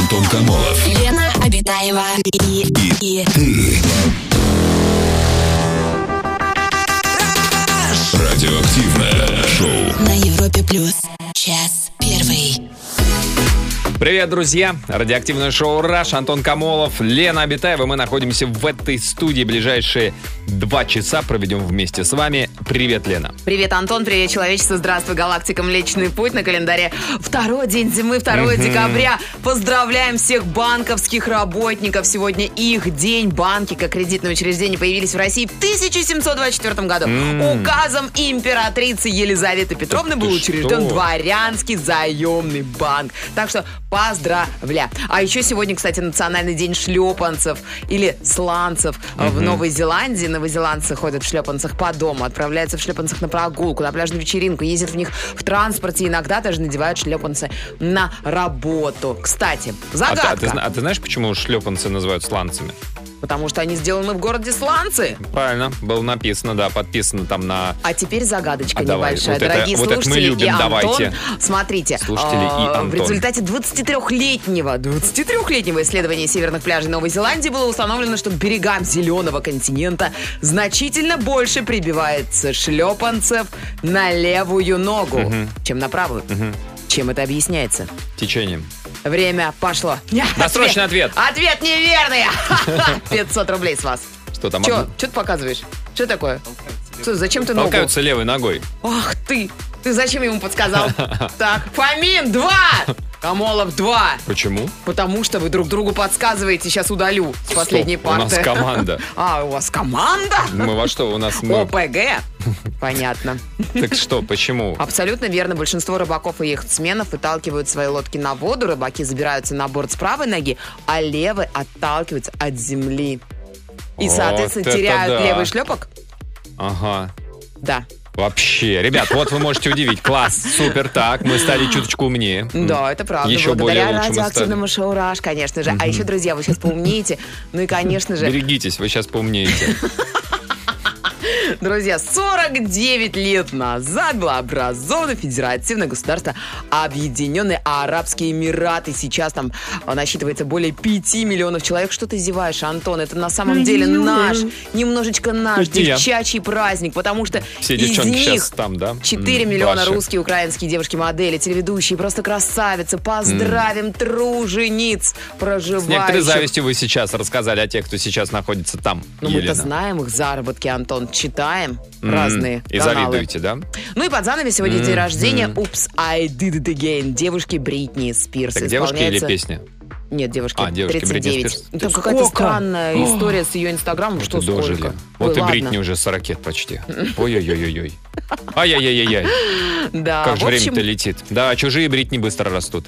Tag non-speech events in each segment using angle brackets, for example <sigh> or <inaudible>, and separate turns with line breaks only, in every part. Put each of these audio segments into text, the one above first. Антон Камолов.
Лена Обитаева и, и,
Ты. Радиоактивное шоу.
на Европе плюс час первый.
Привет, друзья! Радиоактивное шоу «Раш», Антон Камолов, Лена Абитаева. Мы находимся в этой студии. Ближайшие два часа проведем вместе с вами. Привет, Лена.
Привет, Антон, привет, человечество, здравствуй, галактика, Млечный Путь на календаре. Второй день зимы, 2 декабря. Поздравляем всех банковских работников. Сегодня их день. Банки, как кредитные учреждения, появились в России в 1724 году. Указом императрицы Елизаветы Петровны был
ты
учрежден
что?
дворянский заемный банк. Так что поздравля. А еще сегодня, кстати, национальный день шлепанцев или сланцев. А В Новой Зеландии новозеландцы ходят в шлепанцах по дому, отправляются в шлепанцах на прогулку, на пляжную вечеринку, ездят в них в транспорте, иногда даже надевают шлепанцы на работу. Кстати,
А ты,
загадка,
а ты зна- а ты знаешь, почему шлепанцы называют сланцами?
потому что они сделаны в городе Сланцы.
Правильно, было написано, да, подписано там на...
А теперь загадочка
А давай,
небольшая.
вот это-
Дорогие
вот это мы
слушатели
любим,
и Антон,
давайте.
смотрите.
Слушатели и
а,
Антон.
В результате 23-летнего, 23-летнего исследования северных пляжей Новой Зеландии было установлено, что к берегам зеленого континента значительно больше прибивается шлепанцев на левую ногу, чем на правую. Чем это объясняется?
Течением.
Время пошло. <laughs>
Досрочный ответ.
Ответ
<laughs>
неверный. <laughs> 500 рублей с вас.
Что там?
Че?
одно-
Че ты показываешь? Что такое? Что, зачем ты ногу?
Толкаются левой ногой.
Ах ты! Ты зачем ему
<laughs>
подсказал? Так, Фомин, два! Камолов, два!
Почему?
Потому что вы друг другу подсказываете. Сейчас удалю с последней
Стоп, у
парты.
нас команда.
А, у вас команда?
Мы во что? У нас... мы- <laughs>
ОПГ. Понятно.
Так что, почему?
Абсолютно верно. Большинство рыбаков и яхтсменов выталкивают свои лодки на воду. Рыбаки забираются на борт с правой ноги, а левый отталкивается от земли. И,
Вот
соответственно,
это
теряют
да.
левый шлепок.
Ага.
Да.
Вообще, ребят, вот вы можете удивить. Класс, супер, так, мы стали чуточку умнее.
Да, это правда.
Еще
Благодаря
более лучше мы
радиоактивному шоу «Раш», конечно же. А еще, друзья, вы сейчас поумнеете. Ну и, конечно же,
Берегитесь, вы сейчас поумнеете.
друзья, 49 лет назад было образовано федеративное государство Объединенные Арабские Эмираты. Сейчас там а, насчитывается более 5 миллионов человек. Что ты зеваешь, Антон? Это на самом деле наш, немножечко наш
Это не я.
девчачий праздник, потому что
Все
из
девчонки сейчас
них
там, да?
4
М,
миллиона
ваши.
русские, украинские девушки-модели, телеведущие, просто красавицы. Поздравим тружениц,
С некоторой
проживающих.
завистью вы сейчас рассказали о тех, кто сейчас находится там,
Ну, мы-то
Елена.
знаем их заработки, Антон, читаем
М,
разные
И
каналы.
завидуете, да?
Ну и под занавес сегодня день
Мгм.
рождения. Упс, I did it again. Девушки Бритни Спирс.
Так девушки или
исполняется- ну,
песня?
Нет, девушки.
А, девушки Бритни
39.
Спирс.
Ну,
Ты
Там какая-то
сколько?
странная история с ее инстаграмом. Что
Ты дожили.
сколько?
Вот
Ой,
и
ладно.
Бритни уже 40 лет
<laughs>
почти. Ой-ой-ой-ой-ой. Ай-яй-яй-яй.
Да,
Как
А в
же
общем,
время-то летит. Да, чужие бритни быстро
<laughs>
растут.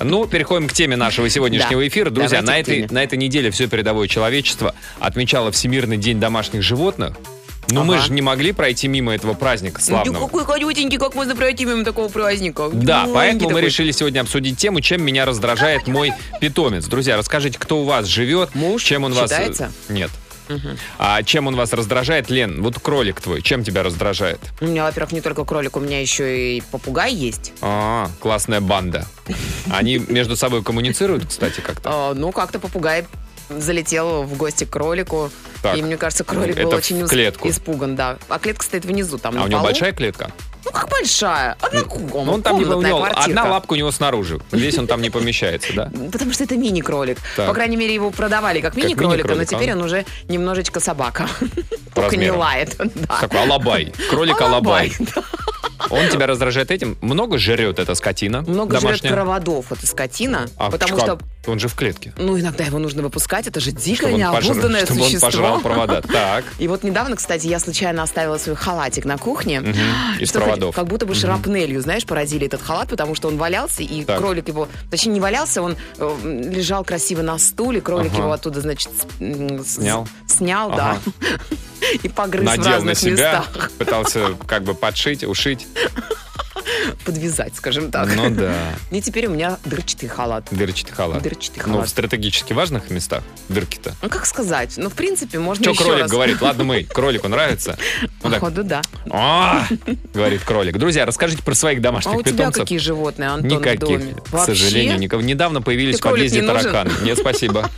Ну, переходим к теме нашего сегодняшнего
Да.
эфира. Друзья,
Давайте
на
к
этой,
теме.
на этой неделе все передовое человечество отмечало Всемирный день домашних животных. Но мы
Ага. Ну,
же не могли пройти мимо этого праздника
ты
славного.
какой колютенький, как можно пройти мимо такого праздника?
Да,
Маленький
поэтому мы
Ну, такой.
решили сегодня обсудить тему, чем меня раздражает мой питомец. Друзья, расскажите, кто у вас живет,
Муж
чем он вас...
считается?
Нет. А чем он вас раздражает, Лен? Вот кролик твой, чем тебя раздражает?
У меня, во-первых, не только кролик, у меня еще и попугай есть.
А, классная банда. Они между собой коммуницируют, кстати, как-то.
А, ну, как-то попугай залетел в гости к кролику.
Так.
И мне кажется, кролик
Это
был
в
очень ус-
клетку.
испуган, да. А клетка стоит внизу, там
А
на
у него
полу.
большая клетка?
Ну, как большая. Одна
Ну, он там не у него
квартирка. Ну,
одна лапка у него снаружи. Здесь он там не помещается, да?
Потому что это мини-кролик.
Так.
По крайней мере, его продавали как мини-кролика, но
мини-кролика,
теперь
а?
он уже немножечко собака. Только не
размерам.
лает. да.
Такой алабай. Кролик алабай.
Алабай.
Он тебя раздражает этим? Много жрет эта скотина
Много жрет
домашняя?
проводов, эта скотина.
А
потому
как?
что,
Он же в клетке.
ну, иногда его нужно выпускать. Это же
Чтобы
дикое,
он, пожрал,
необузданное
чтобы он
существо.
пожрал
<laughs>
провода. Так.
И вот недавно, кстати, я случайно оставила свой халатик на кухне. <gasps>
Из
Что
проводов.
Как будто бы шрапнелью, знаешь, поразили этот халат, потому что он валялся, и
Так.
кролик его... Точнее, не валялся, он э, м, лежал красиво на стуле, кролик
Ага.
его оттуда, значит... с- м, с-
Снял?
Снял,
Ага.
да. <laughs> И погрыз в
Надел на
разных
себя,
местах. <laughs>
пытался как бы подшить, ушить.
подвязать, скажем так.
Ну да.
<laughs> И теперь у меня дырчатый халат.
Дырчатый халат.
Дырчатый
Ну,
халат.
в стратегически важных местах дырки-то.
Ну, как сказать? Ну, в принципе, можно
Че
еще
кролик
раз.
говорит? Ладно, мы. Кролику
<laughs>
нравится. Ну так.
Походу, да.
«А!» говорит кролик. Друзья, расскажите про своих
А
домашних
у тебя
питомцев.
какие животные, Антон, в
Никаких,
доме?
к сожалению, никого. Недавно появились
Ты
в
кролик
подъезде
не нужен?
тараканы. Нет,
<laughs>
спасибо.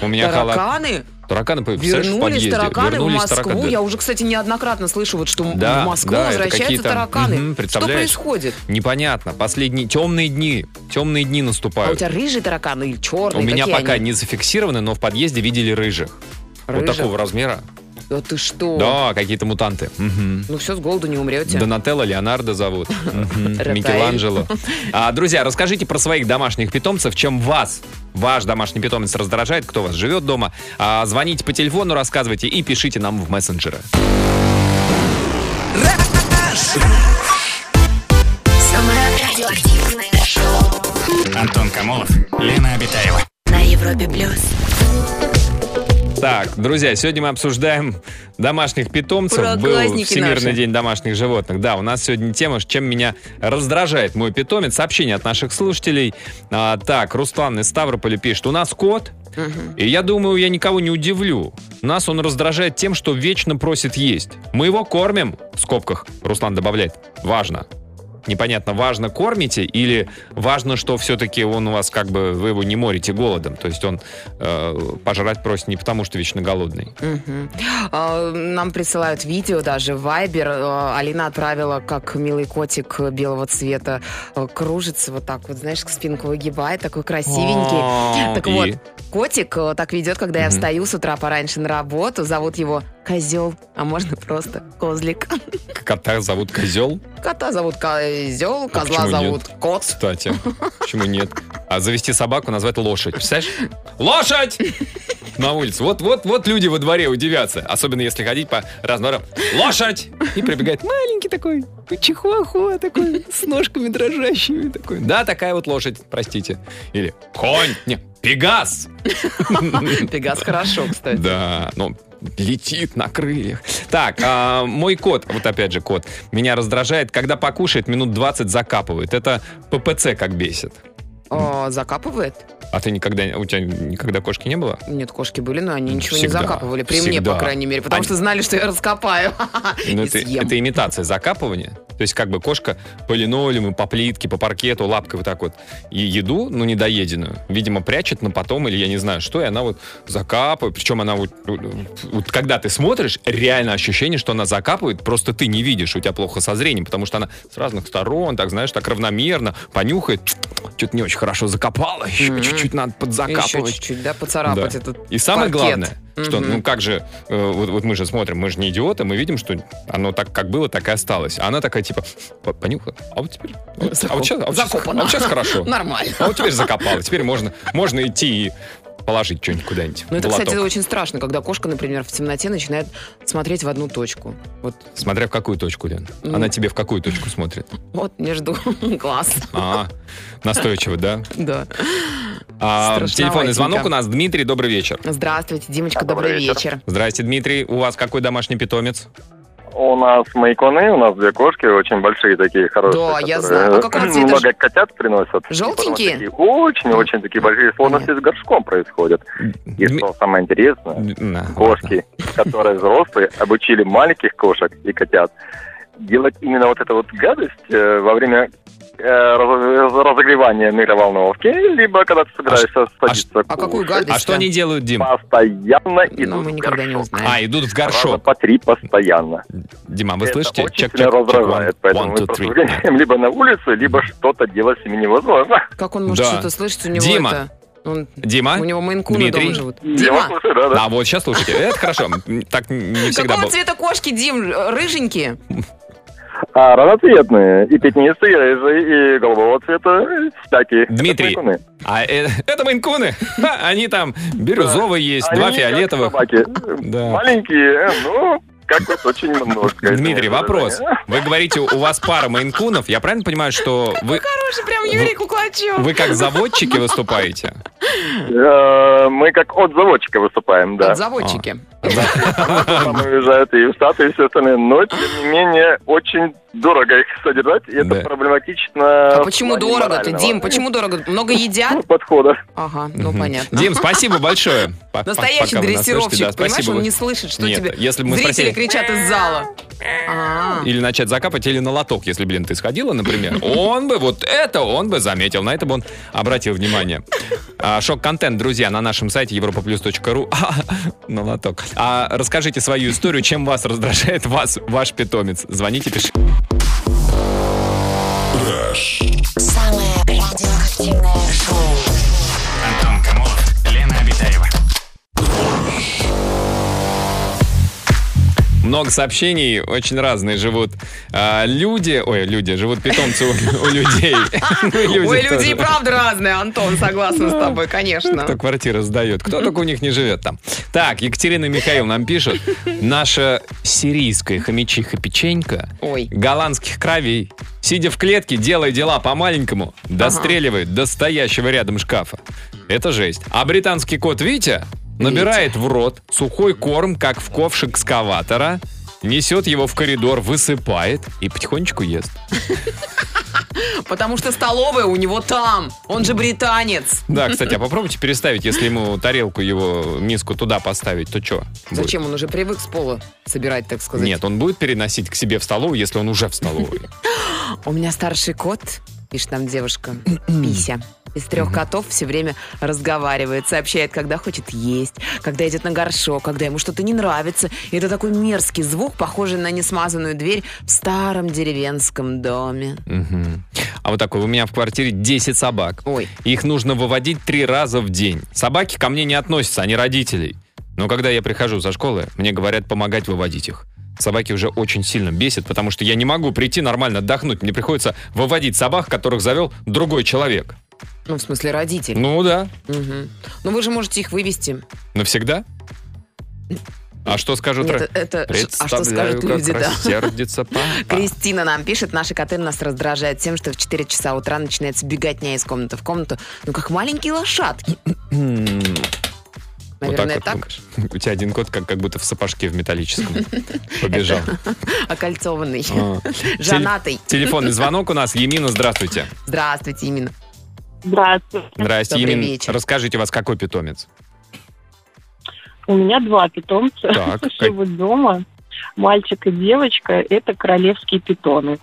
У меня халат.
Тараканы?
Тараканы появились представляешь, в
Вернулись
подъезде.
тараканы в
Вернулись
Москву.
тараканы. Да.
Я уже, кстати, неоднократно слышу, вот, что
Да,
в Москву
да, это
возвращаются
какие-то-
тараканы.
Мгм,
что
представляешь?
происходит?
Непонятно. Последние темные дни. Темные дни
А у
наступают.
тебя рыжие тараканы или
У
черные?
меня
Какие
пока
они?
не зафиксированы, но в подъезде видели рыжих. Вот
Рыжих?
такого размера.
Да ты что?
Да, какие-то мутанты. Мгм.
Ну все, с голоду не умрете.
Донателло Леонардо зовут. Мгм.
Рафаэль.
Микеланджело. А, Друзья, расскажите про своих домашних питомцев, чем вас ваш домашний питомец раздражает, кто у вас живет дома. А, Звоните по телефону, рассказывайте и пишите нам в мессенджеры.
Самое радиоактивное шоу
Антон Камолов, Лена Обитаева.
на Европе плюс.
Так, друзья, сегодня мы обсуждаем домашних питомцев. Был
Проказники
Всемирный
наши.
день домашних животных. Да, у нас сегодня тема, чем меня раздражает мой питомец. Сообщение от наших слушателей. А, так, Руслан из Ставрополя пишет. У нас кот, и я думаю, я никого не удивлю. Нас он раздражает тем, что вечно просит есть. Мы его кормим, в скобках, Руслан добавляет. Важно. Непонятно, важно кормите или важно, что все-таки он у вас как бы, вы его не морите голодом. То есть он э, пожрать просит не потому, что вечно голодный.
Мгм. А, Нам присылают видео даже, Вайбер. А, Алина отправила, как милый котик белого цвета э, кружится вот так вот, знаешь, спинку выгибает, такой красивенький.
А,
Так
и-
вот, котик э, так ведет, когда я
Мгм.
встаю с утра пораньше на работу. Зовут его Козел, а можно просто Козлик. <laughs>
Кота зовут козел,
Кота зовут Козел,
А почему
козла
нет?
зовут
<laughs>
Кот.
кстати. Почему нет? А завести собаку, назвать лошадь. Представляешь? Лошадь! На улице. Вот, вот, вот люди во дворе удивятся. Особенно если ходить по разнорам. Лошадь! И прибегает маленький такой, чихуахуа такой, с ножками дрожащими такой. Да, такая вот лошадь, простите. Или конь, не, пегас.
Пегас хорошо, кстати.
Да, ну, летит на крыльях. Так, а, мой кот, вот опять же кот, меня раздражает, когда покушает, минут 20 закапывает. Это ППЦ как бесит.
О, Закапывает?
А ты никогда, у тебя никогда кошки не было?
Нет, кошки были, но они ничего
Всегда,
не закапывали. При мне,
всегда.
по крайней мере, потому
Они-
что знали, что я раскопаю. <laughs>
Ну,
и
это,
съем.
это имитация закапывания. То есть как бы кошка по линолеуму, по плитке, по паркету, лапкой вот так вот. И еду, ну, недоеденную, видимо, прячет, но потом, или я не знаю что, и она вот закапывает. Причем она вот, вот когда ты смотришь, реально ощущение, что она закапывает, просто ты не видишь, у тебя плохо со зрением, потому что она с разных сторон, так знаешь, так равномерно понюхает. Что-то не очень хорошо закопала, еще
Мгм.
чуть-чуть надо
Еще
подзакапывать.
чуть-чуть, да, поцарапать
Да.
этот
И самое
паркет.
главное, что,
Мгм.
ну как же, э, вот, вот мы же смотрим, мы же не идиоты, мы видим, что оно так, как было, так и осталось. А она такая, типа, «П- понюхала, а вот теперь, а вот, а вот сейчас, а вот сейчас-
Закопано.
а вот сейчас
<laughs>
хорошо.
Нормально.
А вот теперь закопала, теперь можно, можно идти и положить что-нибудь куда-нибудь.
Ну, это,
в лоток.
кстати, очень страшно, когда кошка, например, в темноте начинает смотреть в одну точку. Вот,
Смотря в какую точку, Лен.
Ну.
Она тебе в какую точку смотрит.
вот <laughs> между глаз.
А, настойчиво, да?
Да.
А, телефонный
Страшноватенько.
звонок у нас. Дмитрий, добрый вечер.
Здравствуйте, Димочка, добрый, вечер.
Здрасте, Дмитрий. У вас какой домашний питомец?
У нас майконы, у нас две кошки, очень большие такие, хорошие.
Да, я
которые,
знаю. А какого
э,
цвета
Много котят приносят.
Желтенькие?
Очень-очень такие большие, словно все с горшком происходит. И
Дми-
что самое интересное,
На, ладно.
кошки, которые взрослые, обучили маленьких кошек и котят делать именно вот эту вот гадость э, во время э, раз- разогревания микроволновки, либо когда ты собираешься садиться
А какую
кушать,
гадость?
А что они делают, Дим?
постоянно
Ну,
идут
мы
в
никогда не
горшок.
узнаем.
А, идут в
Раза
горшок.
по три постоянно.
Дима, вы
Это
слышите?
очень сильно раздражает, поэтому
one,
мы
two,
просто
three.
выгоняем либо на улицу, либо что-то делать с ними невозможно.
Как он может
Да.
что-то слышать? У него
Дима.
это... он-
<laughs> Дима?
У него мейнкуны
Дмитрий?
дома живут.
Я
Дима,
слушаю, да, да.
А вот сейчас слушайте, это хорошо. М, Так не всегда
какого
было.
цвета кошки, Дим? Рыженькие?
А разноцветные, и пятнистые, и рыжие, и голубого цвета, и всякие. Это
Дмитрий,
майкуны.
А э, <laughs> это майнкуны. Ха, Они там бирюзовые есть,
Они
два
как
фиолетовых.
собаки.
<laughs> Да.
Маленькие, ну, как вот очень немножко.
Дмитрий, вопрос. Вы говорите, у вас пара майнкунов. Я правильно понимаю, что вы,
Хороший, прям Юрий Куклачев.
вы как заводчики выступаете?
Э, Мы как от заводчика выступаем, да.
Заводчики.
А.
Там уезжают и в Штаты, и все остальное. Но, тем не менее, очень дорого их содержать, и это
Да.
проблематично.
А
в
почему
плане
дорого-то,
морального.
Дим? Почему дорого? Много едят?
Подхода.
Ага, ну понятно.
Дим, спасибо большое. По- по-
Настоящий
пока вы нас слышите, да,
дрессировщик, понимаешь,
спасибо.
он не слышит, что
Нет,
тебе
если бы мы
зрители
спросили-
кричат из зала. А,
Или начать закапать, или на лоток, если, блин, ты сходила, например. Он бы, вот это он бы заметил, на это бы он обратил внимание. А, Шок-контент, друзья, на нашем сайте europaplus.ru. <laughs> на лоток. А расскажите свою историю, чем вас раздражает вас, ваш питомец. Звоните, пишите.
Самое радиоактивное шоу.
Антон Камолов, Лена Обитаева.
Много сообщений, очень разные живут а, люди. Ой, люди, живут питомцы у, у людей. <laughs> Ну, и люди
Ой, люди и
тоже.
правда разные, Антон, согласна с тобой, конечно.
кто квартиры сдает, кто только у них не живет там. Так, Екатерина и Михаил нам пишут. Наша сирийская хомячиха печенька
Ой.
голландских кровей, сидя в клетке, делая дела по-маленькому, достреливает до стоящего рядом шкафа. Это жесть. А британский кот Витя набирает в рот сухой корм, как в ковш экскаватора, несет его в коридор, высыпает и потихонечку ест.
Потому что столовая у него там. Он же британец.
Да, кстати, а попробуйте переставить, если ему тарелку его, миску туда поставить, то что?
Зачем он уже привык с пола собирать, так сказать?
Нет, он будет переносить к себе в столовую, если он уже в столовой.
У меня старший кот, пишет нам девушка, Пися. Из трех котов все время разговаривает, сообщает, когда хочет есть, когда идет на горшок, когда ему что-то не нравится. И это такой мерзкий звук, похожий на несмазанную дверь в старом деревенском доме.
<laughs> Мгм. А вот такой, у меня в квартире 10 собак.
Ой,
Их нужно выводить три раза в день. Собаки ко мне не относятся, они родителей. Но когда я прихожу со школы, мне говорят помогать выводить их. Собаки уже очень сильно бесят, потому что я не могу прийти нормально отдохнуть. Мне приходится выводить собак, которых завел другой человек.
ну в смысле родители.
Ну да,
Мгм. Ну вы же можете их вывести.
навсегда. А что скажут?
Нет,
ра-
это- а что
Представляю,
скажут
как
люди, да.
рассердится папа.
<laughs> Кристина нам пишет, наши коты нас раздражают тем, что в 4 часа утра начинается беготня из комнаты в комнату. Ну, как маленькие лошадки.
М. Вот
Наверное,
вот
так,
думаешь. <laughs> У тебя один кот как, как будто в сапожке в металлическом <laughs> побежал.
окольцованный,
А.
женатый.
Телефонный звонок у нас. Емина, здравствуйте.
Здравствуйте, именно.
Здравствуйте.
Здрасте,
Добрый
Емин.
вечер.
Расскажите, у вас какой питомец?
У меня два питомца.
Так, как-
Живут дома. Мальчик и девочка – это королевские питоны.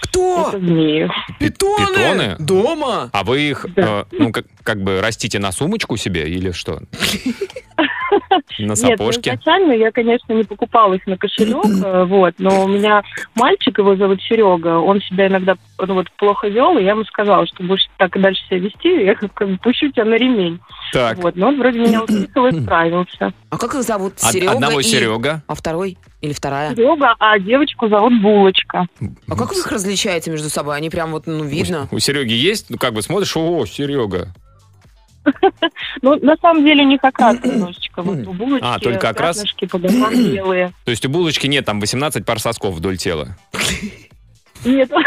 Кто?
Это змеи.
Питоны?
питоны?
Дома?
А вы их,
Да.
э, ну, как, как бы растите на сумочку себе или
<laughs>
что? На
Нет, ну,
сапожке?
изначально я, конечно, не покупала их на кошелек, э, вот, но у меня мальчик, его зовут Серега, он себя иногда ну, вот, плохо вел, и я ему сказала, что будешь так и дальше себя вести, <laughs> я как бы пущу тебя на ремень.
Так,
Вот, но он вроде меня услышал и справился.
А как их зовут?
од-
Серега
одного
и-
Серега.
А второй? Или вторая?
Серега, а девочку зовут Булочка.
А как вы их различаете между собой? Они прям вот, ну, видно.
У Сереги есть, ну, как бы смотришь, о, Серега.
Ну, на самом деле, не
<clears throat>
как раз немножечко. Вот у Булочки
А, только окрас?
пятнышки по бокам белые.
То есть у булочки нет там 18 пар сосков вдоль тела.
Нет. <laughs>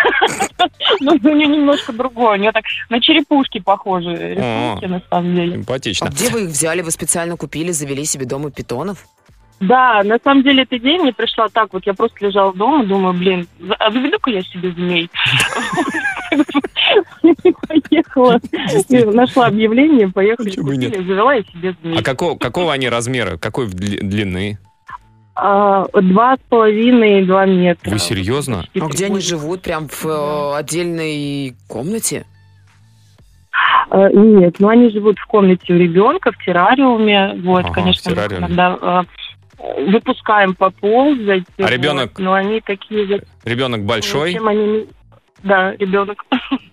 Ну, у нее немножко другое. У нее так на черепушки похожи
О.
рисунки, на самом деле.
А
Симпатично.
где вы их взяли? Вы специально купили, завели себе дома питонов?
Да, на самом деле эта идея мне пришла так, вот я просто лежала дома, думаю, блин, за- а заведу-ка я себе змей. Поехала, нашла объявление, поехали,
Почему и нет?
купили, завела я себе змей.
А какого, какого они размера? Какой в дли- длины?
А, Два с половиной, два метра.
Вы серьезно?
А где они живут? Прям в э, отдельной комнате?
Э, Нет, ну они живут в комнате у ребенка, в террариуме. Вот,
Ага, в
конечно, мы
террариуме.
иногда э, выпускаем поползать.
А
вот,
ребенок?
Но они такие... вот, ну,
Ребенок большой?
чем они не- Да, ребенок.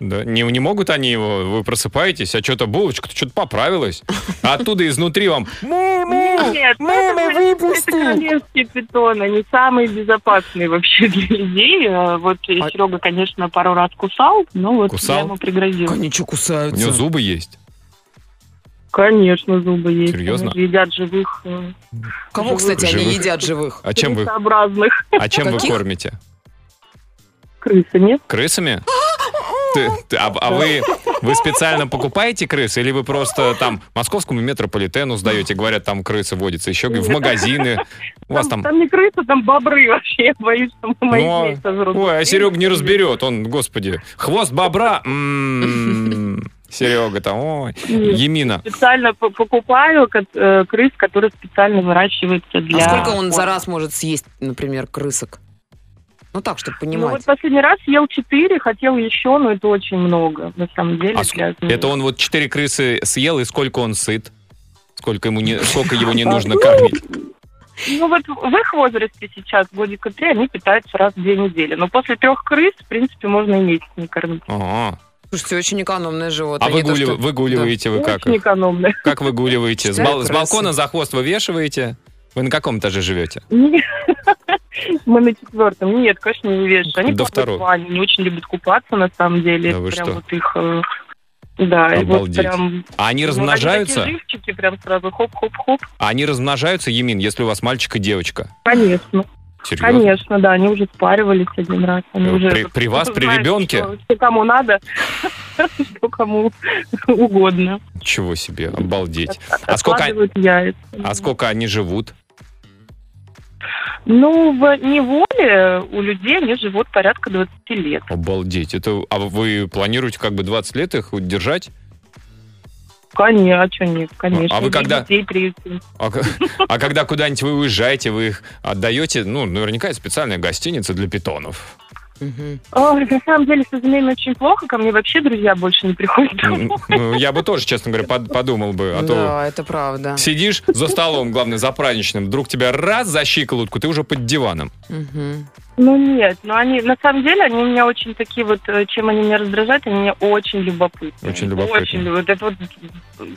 Да, не, не могут они его, вы просыпаетесь, а что-то булочка, то что-то поправилась. А оттуда изнутри вам
<laughs> Нет, мама, выпусти! королевские питоны, они самые безопасные вообще <laughs> для людей. Э, Вот
А-
Серега, конечно, пару раз кусал, но вот
Кусал?
я ему пригрозила.
Они
у
что,
него
кусаются?
зубы есть.
Конечно, зубы есть.
Серьезно?
Они же едят живых, э,
Кого, кстати, они
Живых.
едят живых?
А чем вы,
крысообразных.
а чем вы
Каких?
кормите?
крысы, нет?
Крысами? Ты- ты- а, а вы, Вы специально покупаете крыс или вы просто там московскому метрополитену сдаете, говорят, там крысы водятся, еще в магазины. У вас там...
не крыса, там бобры <laughs> вообще. Я боюсь, что мои
Ну,
змеи сожрут.
ой, а Серега не разберет, он, господи, хвост бобра, м, Серега там, ой,
Нет.
Емина.
Специально по- покупаю кот- э, крыс, которые специально выращиваются
А
для...
сколько он за раз может съесть, например, крысок? Ну так, чтобы
Ну
понимать.
вот последний раз съел четыре, хотел еще, но это очень много, на самом деле.
А
для змеи.
Это он вот четыре крысы съел, и сколько он сыт? Сколько, ему не, сколько его не нужно кормить?
Ну вот в их возрасте сейчас, годика три, они питаются раз в две недели. Но после трех крыс, в принципе, можно и месяц не кормить.
Ага.
Слушайте, очень экономное животное.
А
не то,
выгули-
что-
выгуливаете вы Ну, как?
Очень экономно.
Как выгуливаете? С,
Читаю
бал- с
крысы.
балкона за хвост вывешиваете? Вы на каком этаже живете?
<laughs> Нет. Мы на четвертом. Нет, конечно, не вешаешь. Они
До
плавают в
второго.
бане, не очень любят купаться, на самом деле.
Да
Это
вы
прям
что?
вот их... э, Да, и вот
Обалдеть.
прям...
А они
ну,
размножаются?
Они такие живчики, прям сразу хоп-хоп-хоп.
А они размножаются, Емин, если у вас мальчик и девочка?
Конечно,
Серьезно?
конечно, да. Они уже спаривались один раз. Они
Э,
уже
при- при вас,
Ну,
при
знаете,
ребенке?
Что, что кому надо, <laughs> что кому угодно.
Ничего себе, обалдеть. А сколько, они-
Откладывают яйца.
а сколько они живут?
Ну, в неволе у людей они живут порядка 20 лет.
Обалдеть. Это, а вы планируете как бы 20 лет их держать?
Конечно, а чё нет, конечно.
А вы
Для
когда-
детей 30.
А, к- <laughs> а когда куда-нибудь вы уезжаете, вы их отдаете? Ну, наверняка есть специальная гостиница для питонов.
Мгм.
Ой, на самом деле, со змеями очень плохо. Ко мне вообще друзья больше не приходят.
Ну, ну, Я бы тоже, честно говоря, под- подумал бы, а то
Да, это правда.
Сидишь за столом, главное, за праздничным, вдруг тебя раз за щиколотку, ты уже под диваном.
Мгм.
Ну, нет. Но они, на самом деле, они у меня очень такие вот... э, Чем они меня раздражают, они меня очень любопытные.
Очень любопытные.
Очень люб- Это вот...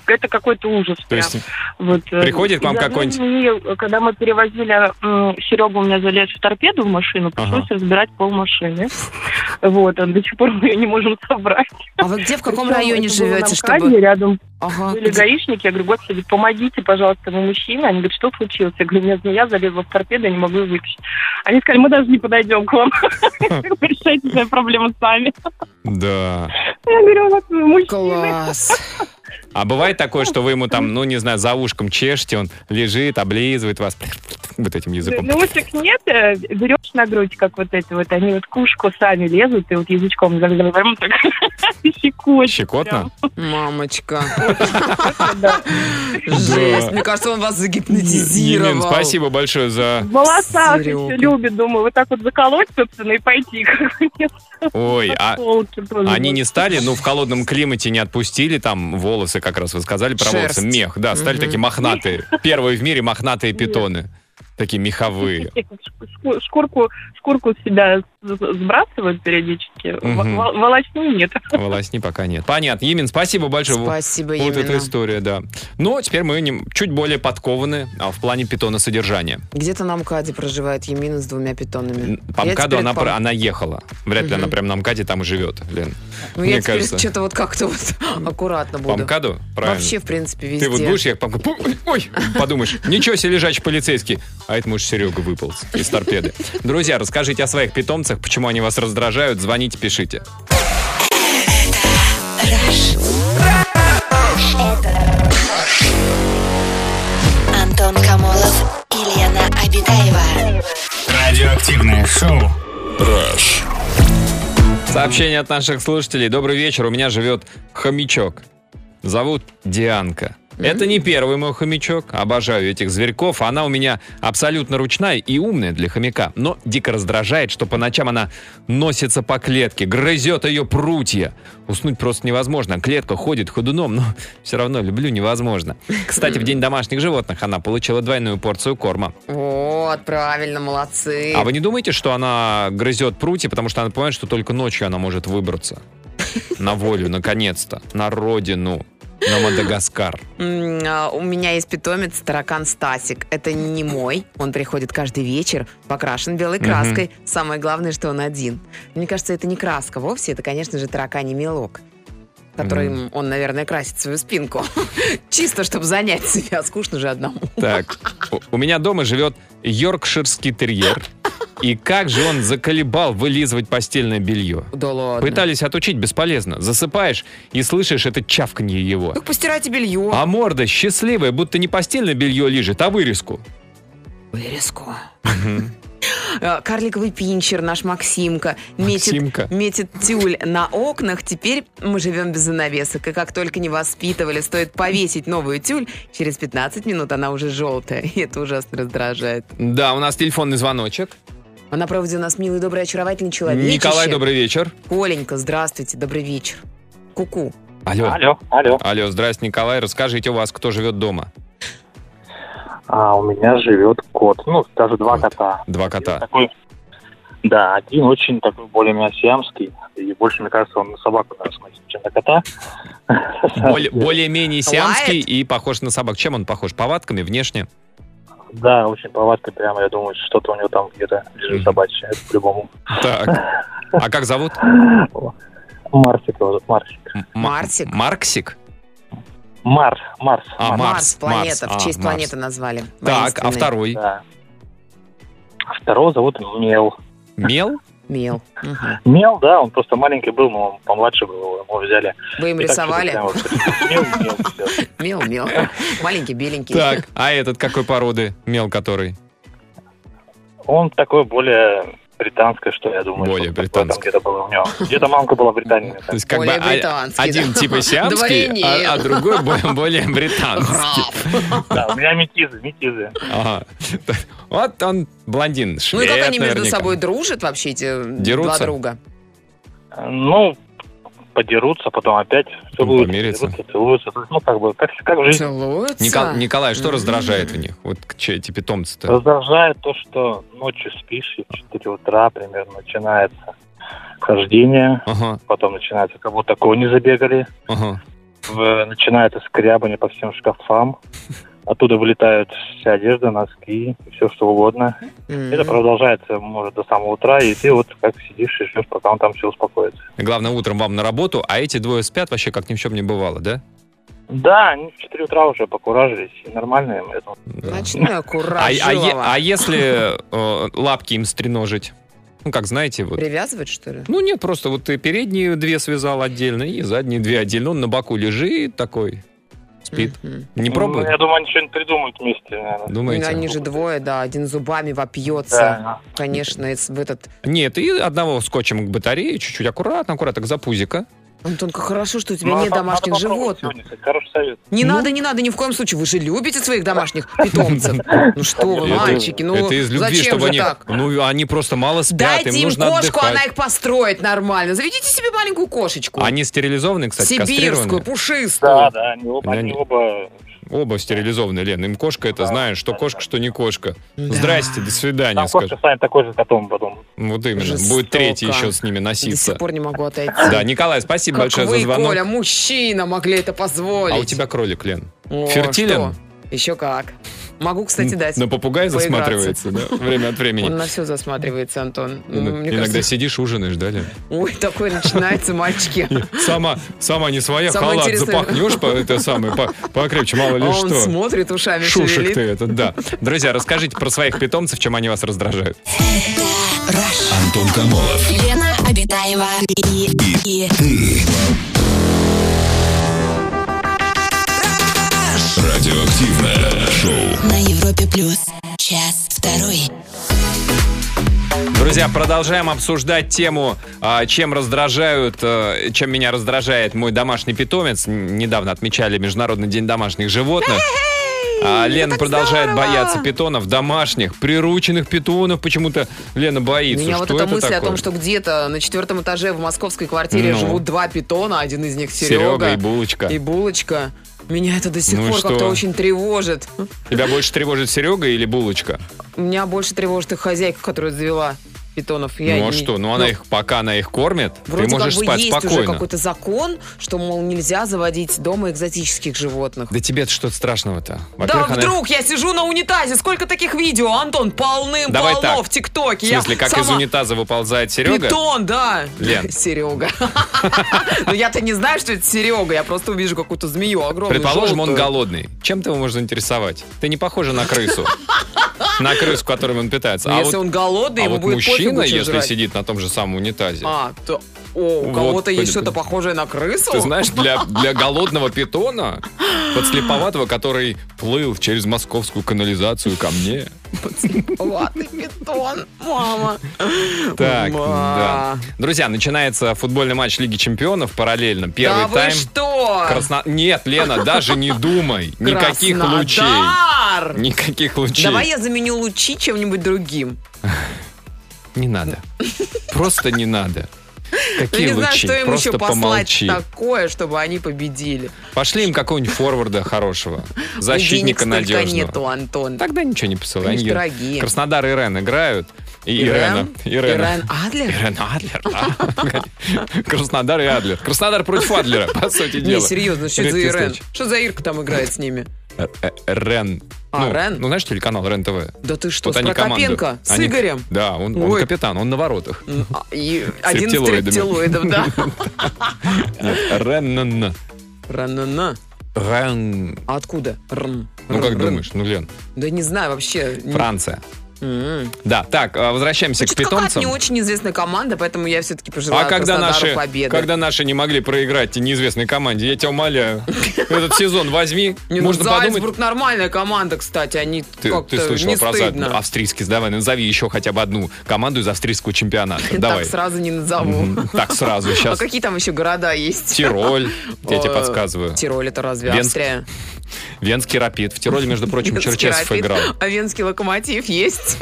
Это какой-то ужас.
То
прям.
есть,
Вот, э,
Приходит к вам
из одной
какой-нибудь-
змеи, Когда мы перевозили м, Серегу, у меня залез в торпеду в машину, пришлось разбирать
<laughs>
пол машины. Вот, а до сих пор мы ее не можем собрать.
А вы где, в каком
Причем
районе
это было на
живете,
МКАДе,
чтобы...
Рядом
А,
Ага.
были гаишники, я говорю, господи, помогите, пожалуйста, мы мужчины. Они говорят, что случилось? Я говорю, у меня змея залезла в торпеду, я не могу ее вытащить. Они сказали, мы даже не подойдем к вам. <laughs> Решайте свои проблемы сами.
да.
Я говорю, у нас вы мужчины.
Класс.
А бывает такое, что вы ему там, ну, не знаю, за ушком чешете, он лежит, облизывает вас вот этим языком.
Ну, ушек нет, э, берешь на грудь, как вот это вот, они вот кушку сами лезут, и вот язычком зам-зам-зам так <laughs> щекочут.
Щекотно?
Мамочка.
прям, да.
Жесть. Мне кажется, он вас загипнотизировал.
Емин, спасибо большое за...
В волосах еще
Серёга.
любит, думаю, вот так вот заколоть, собственно, и пойти. как бы, нет,
Ой,
<laughs>
а
полки тоже.
они не стали, ну, в холодном климате не отпустили там волосы, как раз вы сказали про волосы.
Шерсть.
Мех, да, стали
Мгм.
такие мохнатые. Первые в мире мохнатые питоны. Такие меховые.
Шку- Шкурку, шкурку с себя с- сбрасывают периодически.
Мгм.
Во- во- Волосни нет.
Волосни пока нет. Понятно. Емин, спасибо большое.
Спасибо,
Вот эта
Емина.
история, да. Но теперь мы нем- чуть более подкованы а, в плане питона содержания.
Где-то на МКАДе проживает Емина с двумя питонами.
По
Я
МКАДу
теперь
она,
по-
про- она ехала. Вряд ли
Мгм.
она прям на МКАДе там и живет, Лен.
Ну,
мне
я теперь
кажется.
что-то вот как-то вот <laughs> аккуратно
По
буду.
МКАДу? Правильно.
Вообще, в принципе,
Ты
везде.
вот будешь ехать по МКАДу, пу- ой, подумаешь, ничего себе лежачий полицейский. А это, может, Серега выполз из торпеды. Друзья, расскажите о своих питомцах, почему они вас раздражают, звоните, пишите.
Антон Камолов и Лена Обитаева.
Радиоактивное шоу.
Rush.
Сообщение от наших слушателей. Добрый вечер, у меня живет хомячок. Зовут Дианка. Это не первый мой хомячок. Обожаю этих зверьков. Она у меня абсолютно ручная и умная для хомяка. Но дико раздражает, что по ночам она носится по клетке, грызет ее прутья. Уснуть просто невозможно. Клетка ходит ходуном, но <laughs> все равно люблю невозможно. Кстати, в день домашних животных она получила двойную порцию корма.
Вот, правильно, молодцы.
А вы не думаете, что она грызет прутья, потому что она понимает, что только ночью она может выбраться? На волю, наконец-то. На родину. На Мадагаскар.
М, а, У меня есть питомец таракан Стасик. Это не мой. Он приходит каждый вечер, покрашен белой
Мгм.
краской. Самое главное, что он один. Мне кажется, это не краска вовсе, это, конечно же, тараканий мелок которым он, наверное, красит свою спинку. <laughs> Чисто, чтобы занять себя. Скучно же одному.
Так. У- У меня дома живет йоркширский терьер. И как же он заколебал вылизывать постельное белье.
Да ладно.
Пытались отучить, бесполезно. Засыпаешь и слышишь это чавканье его.
Ну, постирайте белье.
А морда счастливая, будто не постельное белье лежит, а вырезку.
Вырезку. <laughs> Э, Карликовый пинчер, наш Максимка,
Максимка.
метит, метит тюль на окнах. Теперь мы живем без занавесок. И как только не воспитывали, стоит повесить новую тюль, через 15 минут она уже желтая. <laughs> И это ужасно раздражает.
Да, у нас телефонный звоночек.
А на проводе у нас милый, добрый, очаровательный человек.
Николай, добрый вечер.
Коленька, здравствуйте, добрый вечер. Куку.
Алло.
Алло, алло.
Алло, здрасте, Николай. Расскажите у вас, кто живет дома?
А у меня живет кот. Ну, даже два
Кот.
кота.
Два
Один
кота.
такой- да, один очень такой более-менее сиамский. И больше, мне кажется, он на собаку наверное, смотрит, чем на кота.
Более- Более-менее сиамский
Лает?
и похож на собак. Чем он похож? Повадками, внешне?
Да, очень повадка прямо, я думаю, что-то у него там где-то
Мгм.
лежит собачье, это по-любому.
Так. А как зовут?
Марсик его зовут, Марсик.
М-
Марсик.
Марксик?
Марс, Марс.
А,
Марс,
Марс,
планета,
Марс,
в
а,
честь
Марс.
планеты назвали.
Так, а
Воинственный.
второй?
да. А Второго зовут Мел.
Мел?
Мел. Мгм.
Мел, да, он просто маленький был, но он помладше был, его- его взяли.
Вы им
И так
рисовали?
что-то прям вот Мел, Мел, всё.
Мел,
<laughs>
мел. Маленький, беленький.
Так. А этот какой породы? Мел который?
Он такой более британское, что ли, я думаю.
Более
что-то
британское.
такое Там где-то было у него. Где-то мамка была британина.
<laughs> То есть как бы
Более
а-
британский,
один
да.
типа
<laughs>
сиамский,
Дворянин.
а, а другой бо- более британский.
Граф.
Да, у меня метизы, метизы.
Ага. Вот он блондин,
Ну и
швед
как они между
э, наверняка.
собой дружат вообще, эти
Дерутся?
два друга?
Ну, подерутся, потом опять целуются,
помирятся.
дерутся, целуются. То есть, Ну, как бы, как, как в жизни.
Целуются?
Никол- Николай, что
Мгм. Э,
раздражает в них? Вот к- че эти питомцы-то?
Раздражает то, что ночью спишь, и в 4 утра примерно начинается хождение,
Ага,
потом начинается, как будто кони забегали,
ага.
в- начинается скрябание по всем шкафам, оттуда вылетают вся одежда, носки, все что угодно.
Мгм.
Это продолжается, может, до самого утра, и ты вот как сидишь и ждешь, пока он там все успокоится.
Главное, утром вам на работу, а эти двое спят вообще как ни в чем не бывало, да?
Да, они в 4 утра уже покуражились, и нормально им это.
Да.
Ночное
А, а е-
куражилово.
а если э, лапки им стреножить? Ну, как знаете, вот.
Привязывать, что ли?
Ну нет, просто вот ты передние две связал отдельно и задние две отдельно. Он на боку лежит такой, спит.
Мгм.
Не пробуй,
Ну, Я думаю, они что-нибудь придумают вместе, наверное.
думаете?
Ну, Они же двое, да, один зубами вопьется,
Да.
конечно, из- в этот...
Нет, и одного скотчем к батарее, чуть-чуть аккуратно, аккуратно, к запузика.
Антонка, хорошо, что у тебя
Ну,
нет
надо-
домашних
надо попробовать
животных.
сегодня. Хороший совет.
Не
Ну.
надо, не надо, ни в коем случае. Вы же любите
<laughs>
своих домашних питомцев. Ну что вы,
Это-
мальчики, ну
Это из любви,
зачем
чтобы
же
они...
так?
Ну, они просто мало спят,
Дайте
им
им
нужно
кошку,
отдыхать.
она их построит нормально. Заведите себе маленькую кошечку.
Они стерилизованы, кстати,
Сибирскую,
кастрированы.
Да,
пушистую.
да, они оба,
Они-
они оба
Оба стерилизованы, Лен. Им кошка это
Да,
знает, что
да,
кошка,
да.
что не кошка.
Да.
Здрасте, до свидания.
Там кошка
скажет.
станет такой же котом потом.
Вот именно.
Жестоко.
Будет третий еще с ними
До
носиться.
сих пор не могу отойти.
Да, Николай, спасибо
Как
большое
вы,
за звонок.
Коля, мужчина, могли это позволить.
а у тебя кролик, Лен.
О,
фертилен?
что? Еще как. Могу, кстати, дать.
На попугая
поиграться.
засматривается, да? Время от
Он
времени.
на все засматривается, Антон. М, Мне
Иногда
кажется,
сидишь, ужинаешь, да, Лен?
ой, такое
<laughs>
начинается, мальчики.
Сама, сама не своя,
Самое
халат
интересное-
запахнешь, по, это самое, по- покрепче, мало ли
А он
что.
смотрит, ушами
Шушек ты
шевелит.
этот, да. Друзья, расскажите про своих питомцев, чем они вас раздражают.
Антон Камолов.
Лена Обитаева и, и
Радиоактивное шоу.
на Европе плюс час второй.
Друзья, продолжаем обсуждать тему, а, чем раздражают, э, чем меня раздражает мой домашний питомец. Н- Недавно отмечали Международный день домашних животных. А Лена продолжает
здорово!
бояться питонов домашних, прирученных питонов почему-то Лена боится.
Меня
что
вот эта
это
мысль о
такое?
том, что где-то на четвертом этаже в московской квартире
Ну.
живут два питона, один из них
Серега и
Серега,
булочка.
и булочка. Меня это до сих
Ну и
пор
что?
как-то очень тревожит.
Тебя больше тревожит Серега или булочка?
Меня больше тревожит их хозяйка, которая завела питонов. Я
ну а
не-
что? Ну она их, пока она их кормит,
Вроде
ты можешь
как бы
спать
есть уже
спокойно.
какой-то закон, что, мол, нельзя заводить дома экзотических животных.
Да тебе-то что-то страшного-то.
Да
Во-первых, она-
вдруг я сижу на унитазе, сколько таких видео, Антон,
Давай
полным-полно
так.
в ТикТоке.
В смысле,
я
как из
сама-
унитаза выползает Серега?
Питон, да. <laughs>
Лен.
Серега. Ну я-то не знаю, что это Серега, я просто увижу какую-то змею огромную.
Предположим, он
желтую.
голодный. Чем ты его можешь заинтересовать? Ты не похожа на крысу. на крысу, которым он питается.
Ну,
а
если
вот,
он голодный,
а
ему
вот
будет
мужчина,
пофигу, что
если
жрать.
сидит на том же самом унитазе,
А, то... О, у
Вот,
кого-то есть
понятно.
что-то похожее на крысу?
ты знаешь, для, для голодного питона, подслеповатого, который плыл через московскую канализацию ко мне.
Ладно, питон, мама.
Так,
Ма.
да. Друзья, начинается футбольный матч Лиги Чемпионов параллельно.
Да
Первый
вы
тайм.
что?
Красно... Нет, Лена, даже не думай. Никаких лучей.
Краснодар!
Никаких лучей.
Давай я заменю лучи чем-нибудь другим.
Не надо. Просто не надо.
Ну, Я
Какие
не знаю,
лучи?
что им
Просто
еще послать
помолчи.
такое, чтобы они победили.
Пошли им какого-нибудь форварда хорошего, защитника
Защитника столько
надежного.
нету, Антон.
Тогда ничего не посылай.
Они ж
Они-
дорогие.
Краснодар и Ирен играют. И Ирена.
Ирен?
Ирена.
Ирен Адлер?
Ирен Адлер. да. Краснодар и Адлер. Краснодар против Адлера, по сути
Не,
дела.
серьезно, что за
Редкие
Ирен?
встречи.
Что за Ирка там играет с ними?
Э, э, Рен.
А,
ну,
Рен?
Ну, знаешь, телеканал Рен ТВ.
Да ты что,
Вот
с
они команду.
Прокопенко? С
Они-
Игорем?
Да, он, он
Ой.
капитан, он на воротах.
М, а, и Один из
рептилоидами.
рептилоидов, да.
Рен.
Ра-на-на.
Рен.
А откуда? Рн.
Ну, как
Рн.
думаешь? Ну, Лен,
Да не знаю вообще. Не-
Франция.
М.
Да, так, э, возвращаемся к
Значит, какая-то
питомцам.
не очень известная команда, поэтому я все-таки пожелаю
А когда
Краснодару
наши,
победы.
когда наши не могли проиграть неизвестной команде, я тебя
<laughs>
умоляю, этот сезон возьми,
Не, ну,
можно
Зальцбург
подумать.
нормальная команда, кстати, они
Ты,
как-то
ты слышала
не
про
стыдно.
Зальцбург? А, австрийский, давай, назови еще хотя бы одну команду из австрийского чемпионата. Давай.
<laughs> Так сразу не назову.
Мгм, Так сразу,
<laughs> А
сейчас.
какие там еще города есть?
Тироль, я тебе
Э,
подсказываю.
Тироль это разве
Венск.
Австрия?
Венский рапид. В Тироле, между прочим,
Венский
Черчесов
Рапид. <laughs>
играл.
А венский локомотив есть?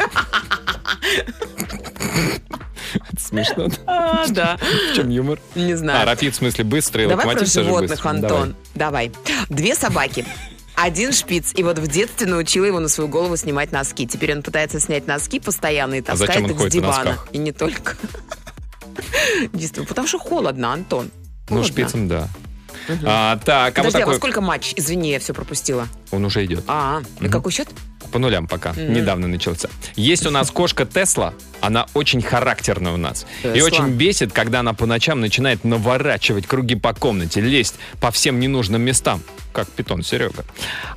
<laughs>
Это смешно. да?
А, Да,
В чем юмор?
не
А,
знаю.
рапид в смысле быстрый,
Давай про
локомотив тоже
животных,
быстрый.
Антон. Давай. Две собаки. Один шпиц. И вот в детстве научила его на свою голову снимать носки. Теперь он пытается снять носки постоянно и таскает
А зачем он
их с
ходит в
дивана.
носках?
И не только. Действительно, потому что холодно, Антон.
Ну,
Холодно.
шпицем, да. А, так, а вот
Подожди, а во
такой...
сколько матч? Извини, я все пропустила.
Он уже идет.
А, и
Мгм.
какой счет?
По нулям пока.
Мгм.
Недавно начался. Есть у нас кошка Тесла. Она очень характерная у нас. И
Тесла.
очень бесит, когда она по ночам начинает наворачивать круги по комнате, лезть по всем ненужным местам. Как питон Серега.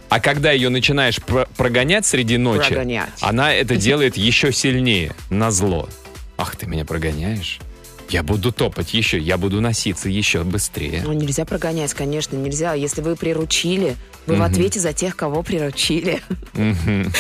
А когда ее начинаешь про- прогонять среди ночи, А.
Прогонять.
она это делает еще сильнее. На зло. Ах, ты меня прогоняешь? Я буду топать еще, я буду носиться еще быстрее.
Ну, нельзя прогонять, конечно, нельзя. Если вы приручили, вы в
Мгм.
ответе за тех, кого приручили. <laughs>
Мгм.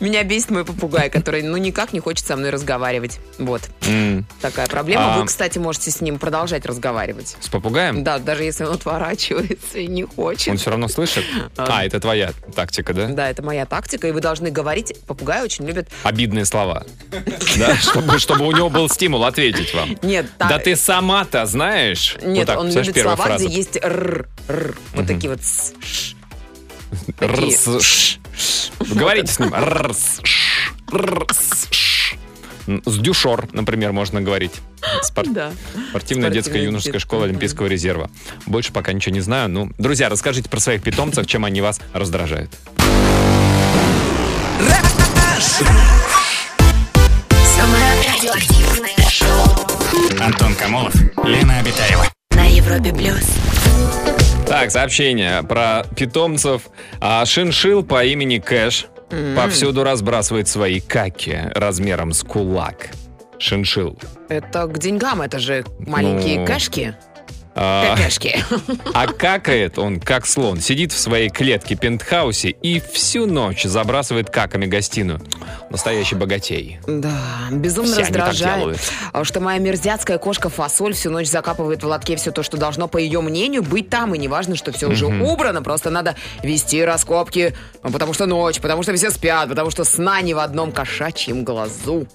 Меня бесит мой попугай, который, ну, никак не хочет со мной разговаривать. Вот.
М.
такая проблема.
А.
Вы, кстати, можете с ним продолжать разговаривать.
С попугаем?
Да, даже если он отворачивается и не
Он
хочет.
все равно слышит?
А.
А, это твоя тактика, да?
Да, это моя тактика, и вы должны говорить. Попугай очень любит.
обидные
<laughs>
слова. Да, чтобы, чтобы у него был стимул ответить вам.
Нет, та-
Да ты сама-то знаешь. Вот
Нет,
так,
он
представляешь,
любит
первая
слова,
фраза.
где есть р, р, вот
Мгм.
такие вот. с- ш.
Рс, ш, ш. Говорите с ним. Рс, ш, рс, ш. М, С дюшор, например, можно говорить. Спор-
Да.
Спортивная детская
Спортивная
юношеская
дет-
школа
Мгм.
Олимпийского резерва. Больше пока ничего не знаю. Ну, друзья, расскажите про своих питомцев, чем они вас раздражают.
Самое радиоактивное шоу
Антон Камолов, Лена Обитаева.
на Европе плюс.
Так, сообщение про питомцев. А, шиншил по имени Кэш повсюду разбрасывает свои каки размером с кулак. Шиншил.
Это к деньгам, это же маленькие
Ну.
кашки. <laughs>
А, <laughs>
Какашки.
а какает он, как слон, сидит в своей клетке пентхаусе и всю ночь забрасывает каками гостиную. Настоящий богатей.
Да, безумно
Все они так
раздражает,
делают.
а, что моя мерзяцкая кошка фасоль всю ночь закапывает в лотке все то, что должно, по ее мнению, быть там. И неважно, что все уже
Мгм.
убрано, просто надо вести раскопки, а, потому что ночь, потому что все спят, потому что сна ни в одном кошачьем глазу.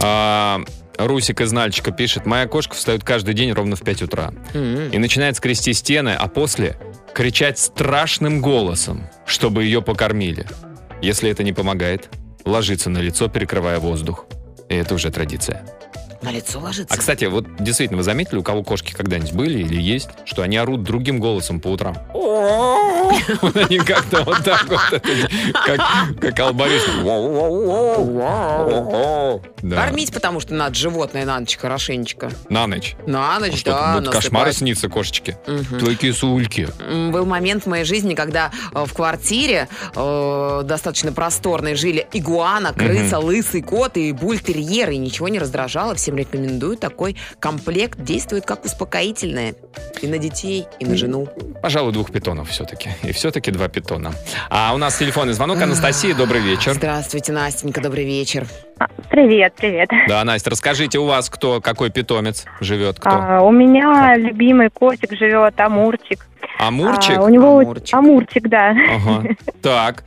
А, Русик из Нальчика пишет, моя кошка встает каждый день ровно в 5 утра.
М.
и начинает скрести стены, а после кричать страшным голосом, чтобы ее покормили. Если это не помогает, ложится на лицо, перекрывая воздух. И это уже традиция.
На лицо ложится.
А, кстати, вот действительно, вы заметили, у кого кошки когда-нибудь были или есть, что они орут другим голосом по утрам? Они как-то <laughs> вот так вот, это, как, как албарис. Да.
Кормить, потому что надо животное на ночь хорошенечко.
На ночь.
На ночь,
Что,
да,
будут кошмары
насыпать.
снится кошечки.
Мгм.
Твои кисульки.
М, Был момент в моей жизни, когда э, в квартире э, достаточно просторной жили игуана, крыса, лысый кот и бультерьер, и ничего не раздражало. Всем рекомендую такой комплект. Действует как успокоительное и на детей, и на жену.
Пожалуй, двух питонов все-таки. И все-таки два питона. А у нас телефонный звонок. Анастасия, добрый вечер.
Здравствуйте, Настенька, добрый вечер.
Привет, привет.
Да, Настя, расскажите, у вас кто, какой питомец живет, кто?
А, у меня любимый котик живет, Амурчик.
Амурчик?
А, у него
Амурчик.
Амурчик. да.
Ага. Так,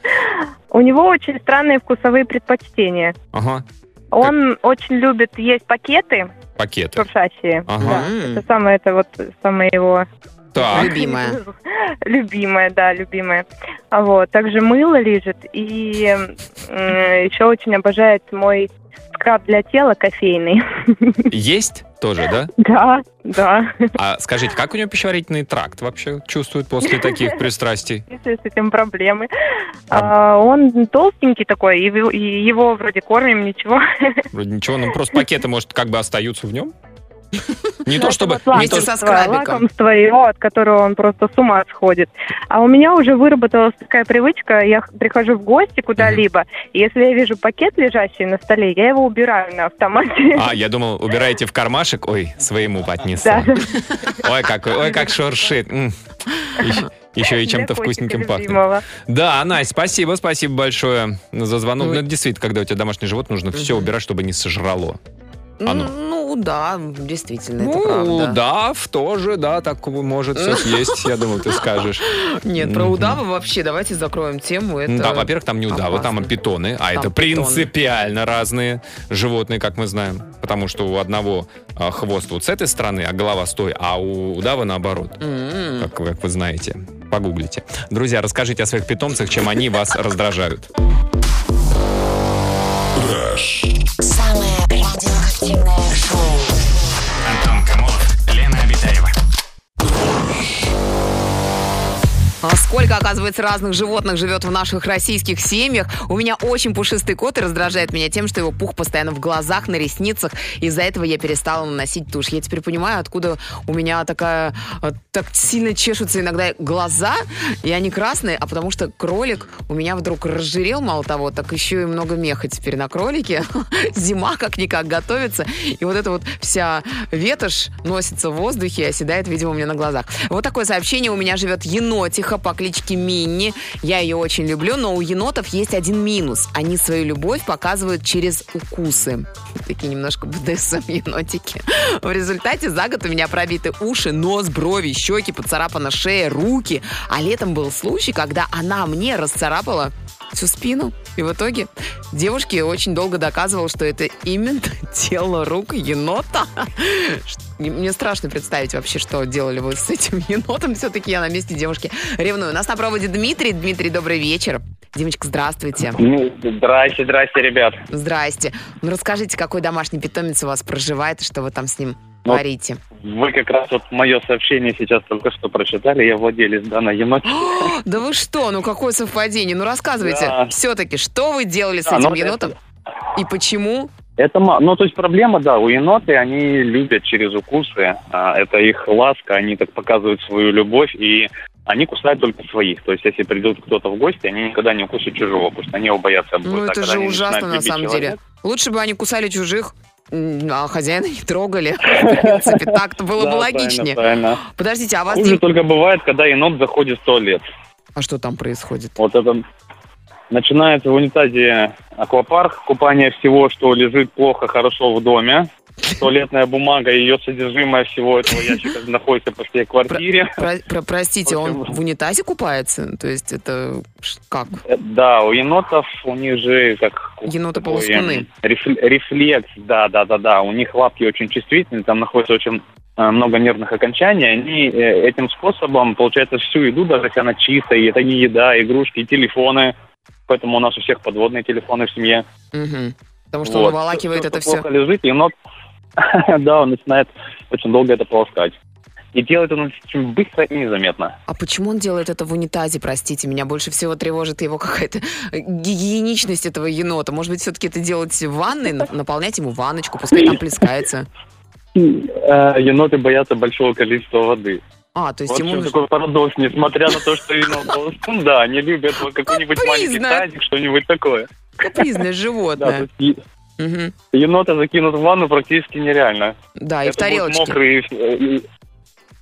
У него очень странные вкусовые предпочтения.
ага,
Он очень любит есть пакеты
пакеты.
шуршащие.
Ага,
М,
Это самое, это вот самое его
так.
Любимая.
<laughs> любимое, да, любимое. А Вот. Также мыло лежит и м, еще очень обожает мой скраб для тела кофейный. <laughs>
Есть тоже, да?
Да, да.
А скажите, как у него пищеварительный тракт вообще чувствует после таких пристрастий?
Если с этим проблемы. А, он толстенький такой, и, в- и его вроде кормим, ничего. <laughs>
Вроде ничего, ну просто пакеты, может, как бы остаются в нем? Не то чтобы...
Ну, Вот
Вместе
лакомство,
со скрабиком.
лакомство его, от которого он просто с ума сходит. А у меня уже выработалась такая привычка, я х- прихожу в гости куда-либо, и если я вижу пакет, лежащий на столе, я его убираю на автомате.
А, я думал, убираете в кармашек, ой, своему
<laughs> Да.
поднесла. Ой, как, ой, как шуршит. М. Еще, еще и чем-то
Для котика
вкусненьким пахнет.
любимого.
Да, Настя, спасибо, спасибо большое за звонок.
Ну
Ну,
и-
это действительно, когда у тебя домашний живот, нужно все убирать, чтобы не сожрало. А ну.
Ну да, действительно, это
Ну,
правда.
удав тоже, да, так может все съесть, я думал, ты скажешь.
Нет, про
Мгм.
удава вообще давайте закроем тему.
Ну,
<laughs> Это
Да, во-первых, там не удавы,
опасно.
там питоны, а
Там
это
питоны.
принципиально разные животные, как мы знаем. Потому что у одного а, хвост вот с этой стороны, а голова с той, а у удава наоборот.
М,
Как, вы- как вы знаете, погуглите. Друзья, расскажите о своих питомцах, чем они вас раздражают.
Самое радиоактивное шоу.
Антон Камолов, Лена Обитаева.
А сколько, оказывается, разных животных живет в наших российских семьях. У меня очень пушистый кот и раздражает меня тем, что его пух постоянно в глазах, на ресницах. Из-за этого я перестала наносить тушь. Я теперь понимаю, откуда у меня такая... э, Так сильно чешутся иногда глаза, и они красные, а потому что кролик у меня вдруг разжирел, мало того, так еще и много меха теперь на кролике. <laughs> Зима как-никак готовится, и вот эта вот вся ветошь носится в воздухе и оседает, видимо, у меня на глазах. Вот такое сообщение. У меня живет енотиха по кличке Минни. Я ее очень люблю, но у енотов есть один минус. Они свою любовь показывают через укусы. Такие немножко БДСМ енотики. В результате за год у меня пробиты уши, нос, брови, щеки, поцарапана шея, руки. А летом был случай, когда она мне расцарапала всю спину. И в итоге девушке очень долго доказывал, что это именно <laughs> тело рук енота. Что- Мне страшно представить вообще, что делали вы с этим <laughs> енотом. Все-таки я на месте девушки ревную. У нас на проводе Дмитрий. Дмитрий, добрый вечер. Димочка, здравствуйте.
Ну, Здрасте, здрасте, ребят.
Здрасте. Ну, расскажите, какой домашний питомец у вас проживает и что вы там с ним
Ну,
творите?
Вы как раз вот мое сообщение сейчас только что прочитали. Я владелец данной енотики.
Да вы что? Ну, какое совпадение? Ну, рассказывайте.
Да.
Все-таки, что вы делали с
Да,
этим
ну,
енотом? И почему?
Это, ма- ну, то есть проблема, да, у еноты, они любят через укусы, а, это их ласка, они так показывают свою любовь, и они кусают только своих. То есть, если придет кто-то в гости, они никогда не укусят чужого, потому что они его боятся.
Ну,
А
это
когда
же
они
ужасно, на
начинают
самом
любить
деле. Лучше бы они кусали чужих, м, а хозяина не трогали. <laughs> В принципе, так-то было бы
Да,
логичнее.
правильно, правильно.
Подождите, а вас...
Хуже
Дим-
только бывает, когда енот заходит в туалет.
А что там происходит?
Вот это начинается в унитазе аквапарк, купание всего, что лежит плохо, хорошо в доме. Туалетная бумага, ее содержимое всего этого ящика
<laughs>
находится по всей квартире.
Про- про- простите, он
Очень-
в унитазе купается? То есть это ш- как?
Э, Да, у енотов у них же как
Еноты
такой,
ползкуны.
эм, рефл- рефлекс, да, да, да, да. У них лапки очень чувствительны, там находится очень э, много нервных окончаний. Они э, этим способом, получается, всю еду, даже если она чистая, и это не еда, игрушки, и телефоны. Поэтому у нас у всех подводные телефоны в семье.
Мгм. Потому что
Вот.
он выволакивает
Всё,
это
<laughs> что
все.
Плохо лежит, енот, да, он начинает очень долго это полоскать. И делает он очень быстро и незаметно.
А почему он делает это в унитазе, простите? Меня больше всего тревожит его какая-то э, гигиеничность этого енота. Может быть, все-таки это делать в ванной, на- наполнять ему ванночку, пускай там плескается.
Э, Еноты боятся большого количества воды.
А, то есть
вот в
ему
чем
нужно...
такой парадокс, несмотря на то, что енот ползун, да, они любят вот какой-нибудь
Ну,
маленький
Капризное.
тазик, что-нибудь такое.
<laughs> капризное
<laughs> Да, то
животное.
есть е-
Мгм.
енота закинуть в ванну практически нереально.
Да, А и в
Это будут
тарелочке.
мокрые, э, и-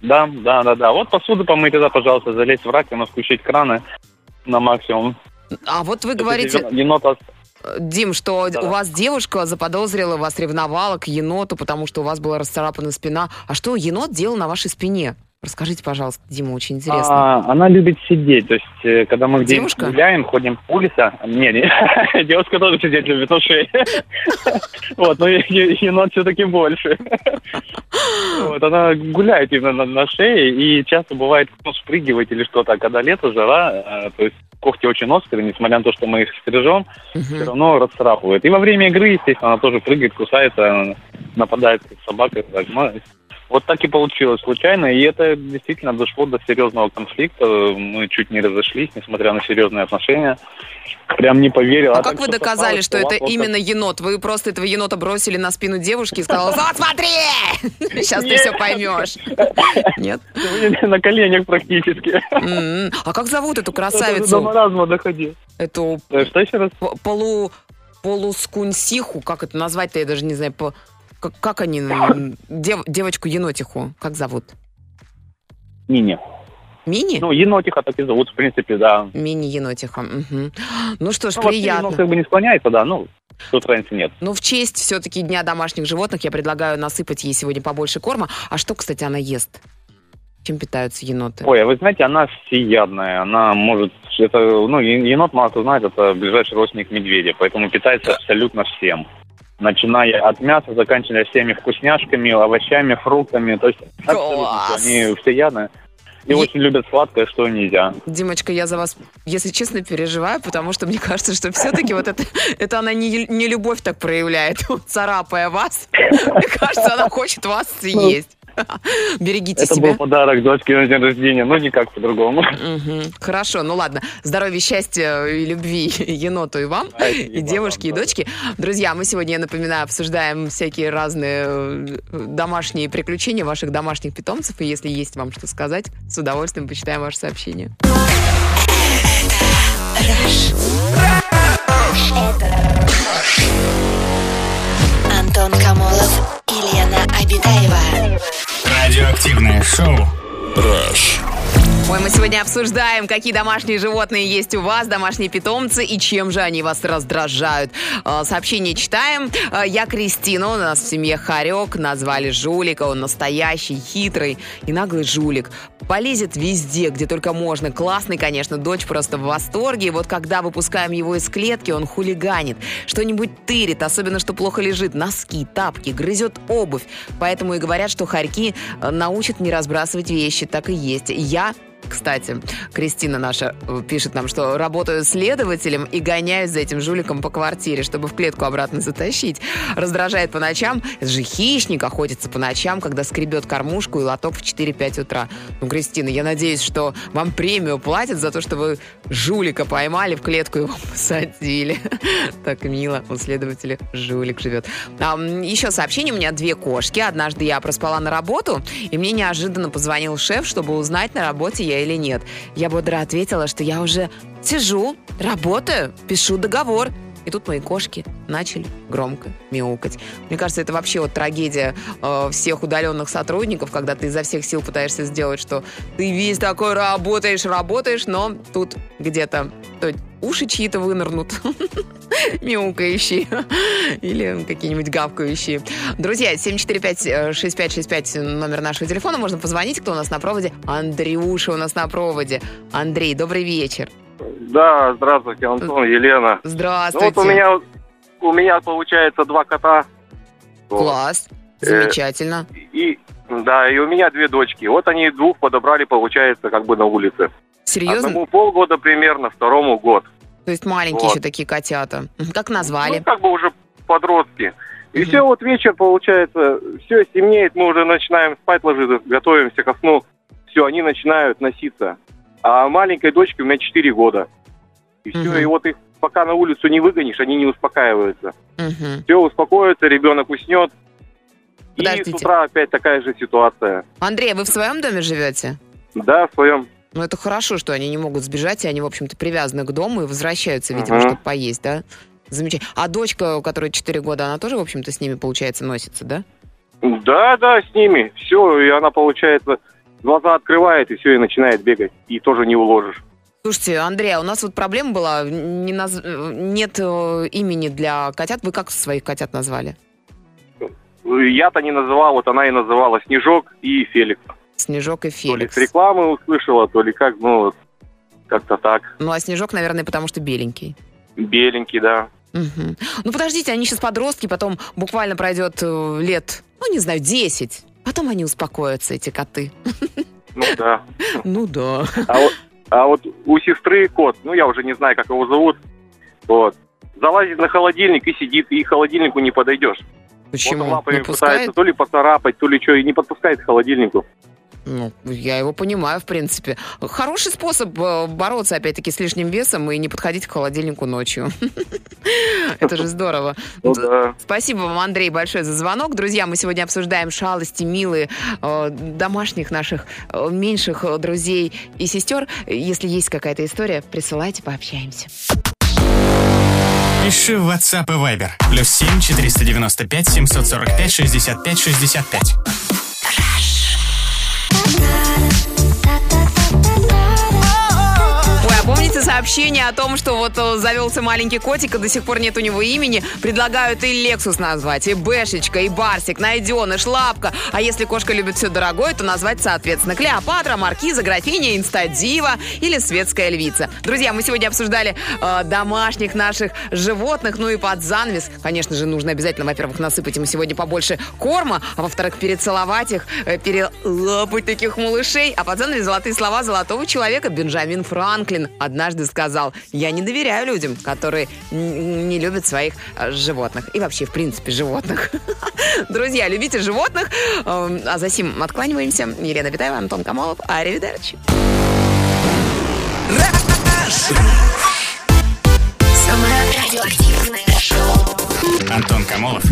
Да, да, да, да. Вот посуду помыть, да, пожалуйста, залезть в раковину, включить краны на максимум.
А вот вы
Это
говорите,
ено- енота
э, Дим, что
Да-да.
у вас девушка заподозрила, вас ревновала к еноту, потому что у вас была расцарапана спина. А что енот делал на вашей спине? Расскажите, пожалуйста, Дима, очень интересно.
А, она любит сидеть, то есть, э, когда мы где-нибудь
Девушка?
гуляем, ходим по улице... Не, не, <laughs> девушка тоже сидеть любит, но шеи. <laughs> Вот, но е- е- енот
<laughs>
все-таки больше. Вот, она гуляет именно на- на шее, и часто бывает ну, спрыгивает или что-то, а когда лето, жара, э, то есть когти очень острые, несмотря на то, что мы их стрижем, все
Мгм.
равно расцарапывает. И во время игры, естественно, она тоже прыгает, кусается, нападает как собака. так, ну, вот так и получилось случайно, и это действительно дошло до серьезного конфликта. Мы чуть не разошлись, несмотря на серьезные отношения. Прям не поверил.
А
так
как вы
всё
доказали,
совпало,
что
у
это
вас вот
именно енот? Вы просто этого енота бросили на спину девушки и сказала, вот смотри,
<laughs>
сейчас ты
Нет.
все поймешь. Нет?
так- На коленях практически.
М. А как зовут эту
Даже До
красавицу?
маразма доходил.
Эту
Э, Что еще раз?
п- полу полускунсиху, как это назвать-то, я даже не знаю, по- как, как они, м, дев- девочку-енотиху, как зовут?
Мини.
Мини?
Ну, енотиха так и зовут, в принципе, да.
Мини-енотиха. мгм. Ну что ж,
Ну, вообще,
приятно.
енот как бы не склоняется, да, ну, тут разницы нет.
Ну, в честь все-таки Дня домашних животных я предлагаю насыпать ей сегодня побольше корма. А что, кстати, она ест? Чем питаются еноты?
Ой, а вы знаете, она всеядная, она может... Это, ну, е- енот, мало кто знает, это ближайший родственник медведя, поэтому питается абсолютно всем. Начиная от мяса, заканчивая всеми вкусняшками, овощами, фруктами. То есть абсолютно
Класс!
все. они всеядные. И
Е-
очень любят сладкое, что нельзя.
Димочка, я за вас, если честно, переживаю, потому что мне кажется, что все-таки вот это, это она не, не любовь так проявляет, <laughs> вот царапая вас. Мне кажется, она хочет вас съесть. <laughs> Берегите
Это
себя.
был подарок дочке на день рождения, но никак по-другому.
Мгм. Хорошо, ну ладно. Здоровья, счастья и любви еноту и вам,
Спасибо
и девушке,
вам,
и
да.
дочке. Друзья, мы сегодня, я напоминаю, обсуждаем всякие разные э, домашние приключения ваших домашних питомцев. И если есть вам что сказать, с удовольствием почитаем ваше сообщение.
Антон Камолов и Лена Обитаева.
Радиоактивное шоу.
Rush.
Ой, мы сегодня обсуждаем, какие домашние животные есть у вас, домашние питомцы, и чем же они вас раздражают. Э, Сообщение читаем. Э, Я Кристина, у нас в семье Харек, назвали жулика, он настоящий, хитрый и наглый жулик. Полезет везде, где только можно. Классный, конечно, дочь просто в восторге. И вот когда выпускаем его из клетки, он хулиганит, что-нибудь тырит, особенно что плохо лежит, носки, тапки, грызет обувь. Поэтому и говорят, что хорьки э, научат не разбрасывать вещи, так и есть. Я кстати, Кристина наша э, пишет нам, что работаю следователем и гоняюсь за этим жуликом по квартире, чтобы в клетку обратно затащить. Раздражает по ночам. Это же хищник охотится по ночам, когда скребет кормушку и лоток в 4-5 утра. Ну, Кристина, я надеюсь, что вам премию платят за то, что вы жулика поймали, в клетку его <laughs> посадили. Так мило, у следователя жулик живет. А, м, еще сообщение, у меня две кошки. Однажды я проспала на работу, и мне неожиданно позвонил шеф, чтобы узнать, на работе я или нет. Я бодро ответила, что я уже сижу, работаю, пишу договор. И тут мои кошки начали громко мяукать. Мне кажется, это вообще вот трагедия э, всех удаленных сотрудников, когда ты изо всех сил пытаешься сделать, что ты весь такой работаешь, работаешь, но тут где-то то уши чьи-то вынырнут, <laughs> мяукающие <laughs> или какие-нибудь гавкающие. Друзья, э, 745-6565 номер нашего телефона. Можно позвонить, кто у нас на проводе. Андрюша у нас на проводе. Андрей, добрый вечер.
Да, здравствуйте, Антон, Елена.
Здравствуйте.
Ну вот у меня, у меня получается два кота. Вот.
Класс.
Э,
Замечательно.
И, да, и у меня две дочки. Вот они двух подобрали, получается, как бы на улице.
Серьезно?
Одному полгода примерно, второму год.
То есть маленькие
Вот.
еще такие котята. Как
Ну,
назвали?
как бы уже подростки. И все, вот вечер получается, все темнеет, мы уже начинаем спать ложиться, готовимся ко сну. Все, они начинают носиться. А маленькой дочке у меня 4 года. И все, и вот их пока на улицу не выгонишь, они не успокаиваются. Все успокоится, ребенок уснет. И с
Подождите.
утра опять такая же ситуация.
Андрей, а вы в своем доме живете?
Да, в своем.
Ну, это хорошо, что они не могут сбежать, и они, в общем-то, привязаны к дому и возвращаются, видимо,
Ага.
чтобы поесть, да? Замечательно. А дочка, у которой 4 года, она тоже, в общем-то, с ними, получается, носится, да?
Да, да, с ними. Все, и она, получается, глаза открывает, и все, и начинает бегать. И тоже не уложишь.
Слушайте, Андрей, а у нас вот проблема была, не наз- э, нет э, имени для котят. Вы как своих котят назвали?
Я-то не называл, вот она и называла Снежок и Феликс.
Снежок и
То ли
Феликс.
с рекламы услышала, то ли как, ну, вот, как-то так.
Ну, а Снежок, наверное, потому что беленький.
Беленький, да.
Мгм. Ну, подождите, они сейчас подростки, потом буквально пройдет э, лет, ну, не знаю, 10. Потом они успокоятся, эти коты. <laughs>
Ну, да.
Ну да.
А вот, а вот у сестры кот, ну, я уже не знаю, как его зовут, вот, залазит на холодильник и сидит, и к холодильнику не подойдешь.
Почему?
Вот он лапами
Не пускает?
пытается то ли поцарапать, то ли что, и не подпускает к холодильнику.
Ну, я его понимаю, в принципе. Хороший способ э, бороться, опять-таки, с лишним весом и не подходить к холодильнику ночью. <laughs> Это же здорово.
Ну, да.
Спасибо вам, Андрей, большое за звонок. Друзья, мы сегодня обсуждаем шалости, милые э, домашних наших э, меньших э, друзей и сестер. Если есть какая-то история, присылайте, пообщаемся.
Пиши в WhatsApp и Viber. Плюс 7 495 745 65 65.
Ой, а помните сообщение о том, что вот э, завелся маленький котик, и до сих пор нет у него имени? Предлагают и Лексус назвать, и Бэшечка, и Барсик, Найденыш, Лапка. А если кошка любит все дорогое, то назвать, соответственно, Клеопатра, Маркиза, Графиня, Инстадива или Светская Львица. Друзья, мы сегодня обсуждали э, домашних наших животных, ну и под занавес, конечно же, нужно обязательно, во-первых, насыпать им сегодня побольше корма, а во-вторых, перецеловать их, э, перелапать таких малышей. А под занавес золотые слова золотого человека Бенджамин Франклин однажды сказал, я не доверяю людям, которые н- не любят своих э, животных. И вообще, в принципе, животных. <laughs> Друзья, любите животных. Эм, А за сим откланиваемся. Елена Витаева, Антон Камолов. Аривидерчи.
Самое радиоактивное шоу.
Антон Камолов,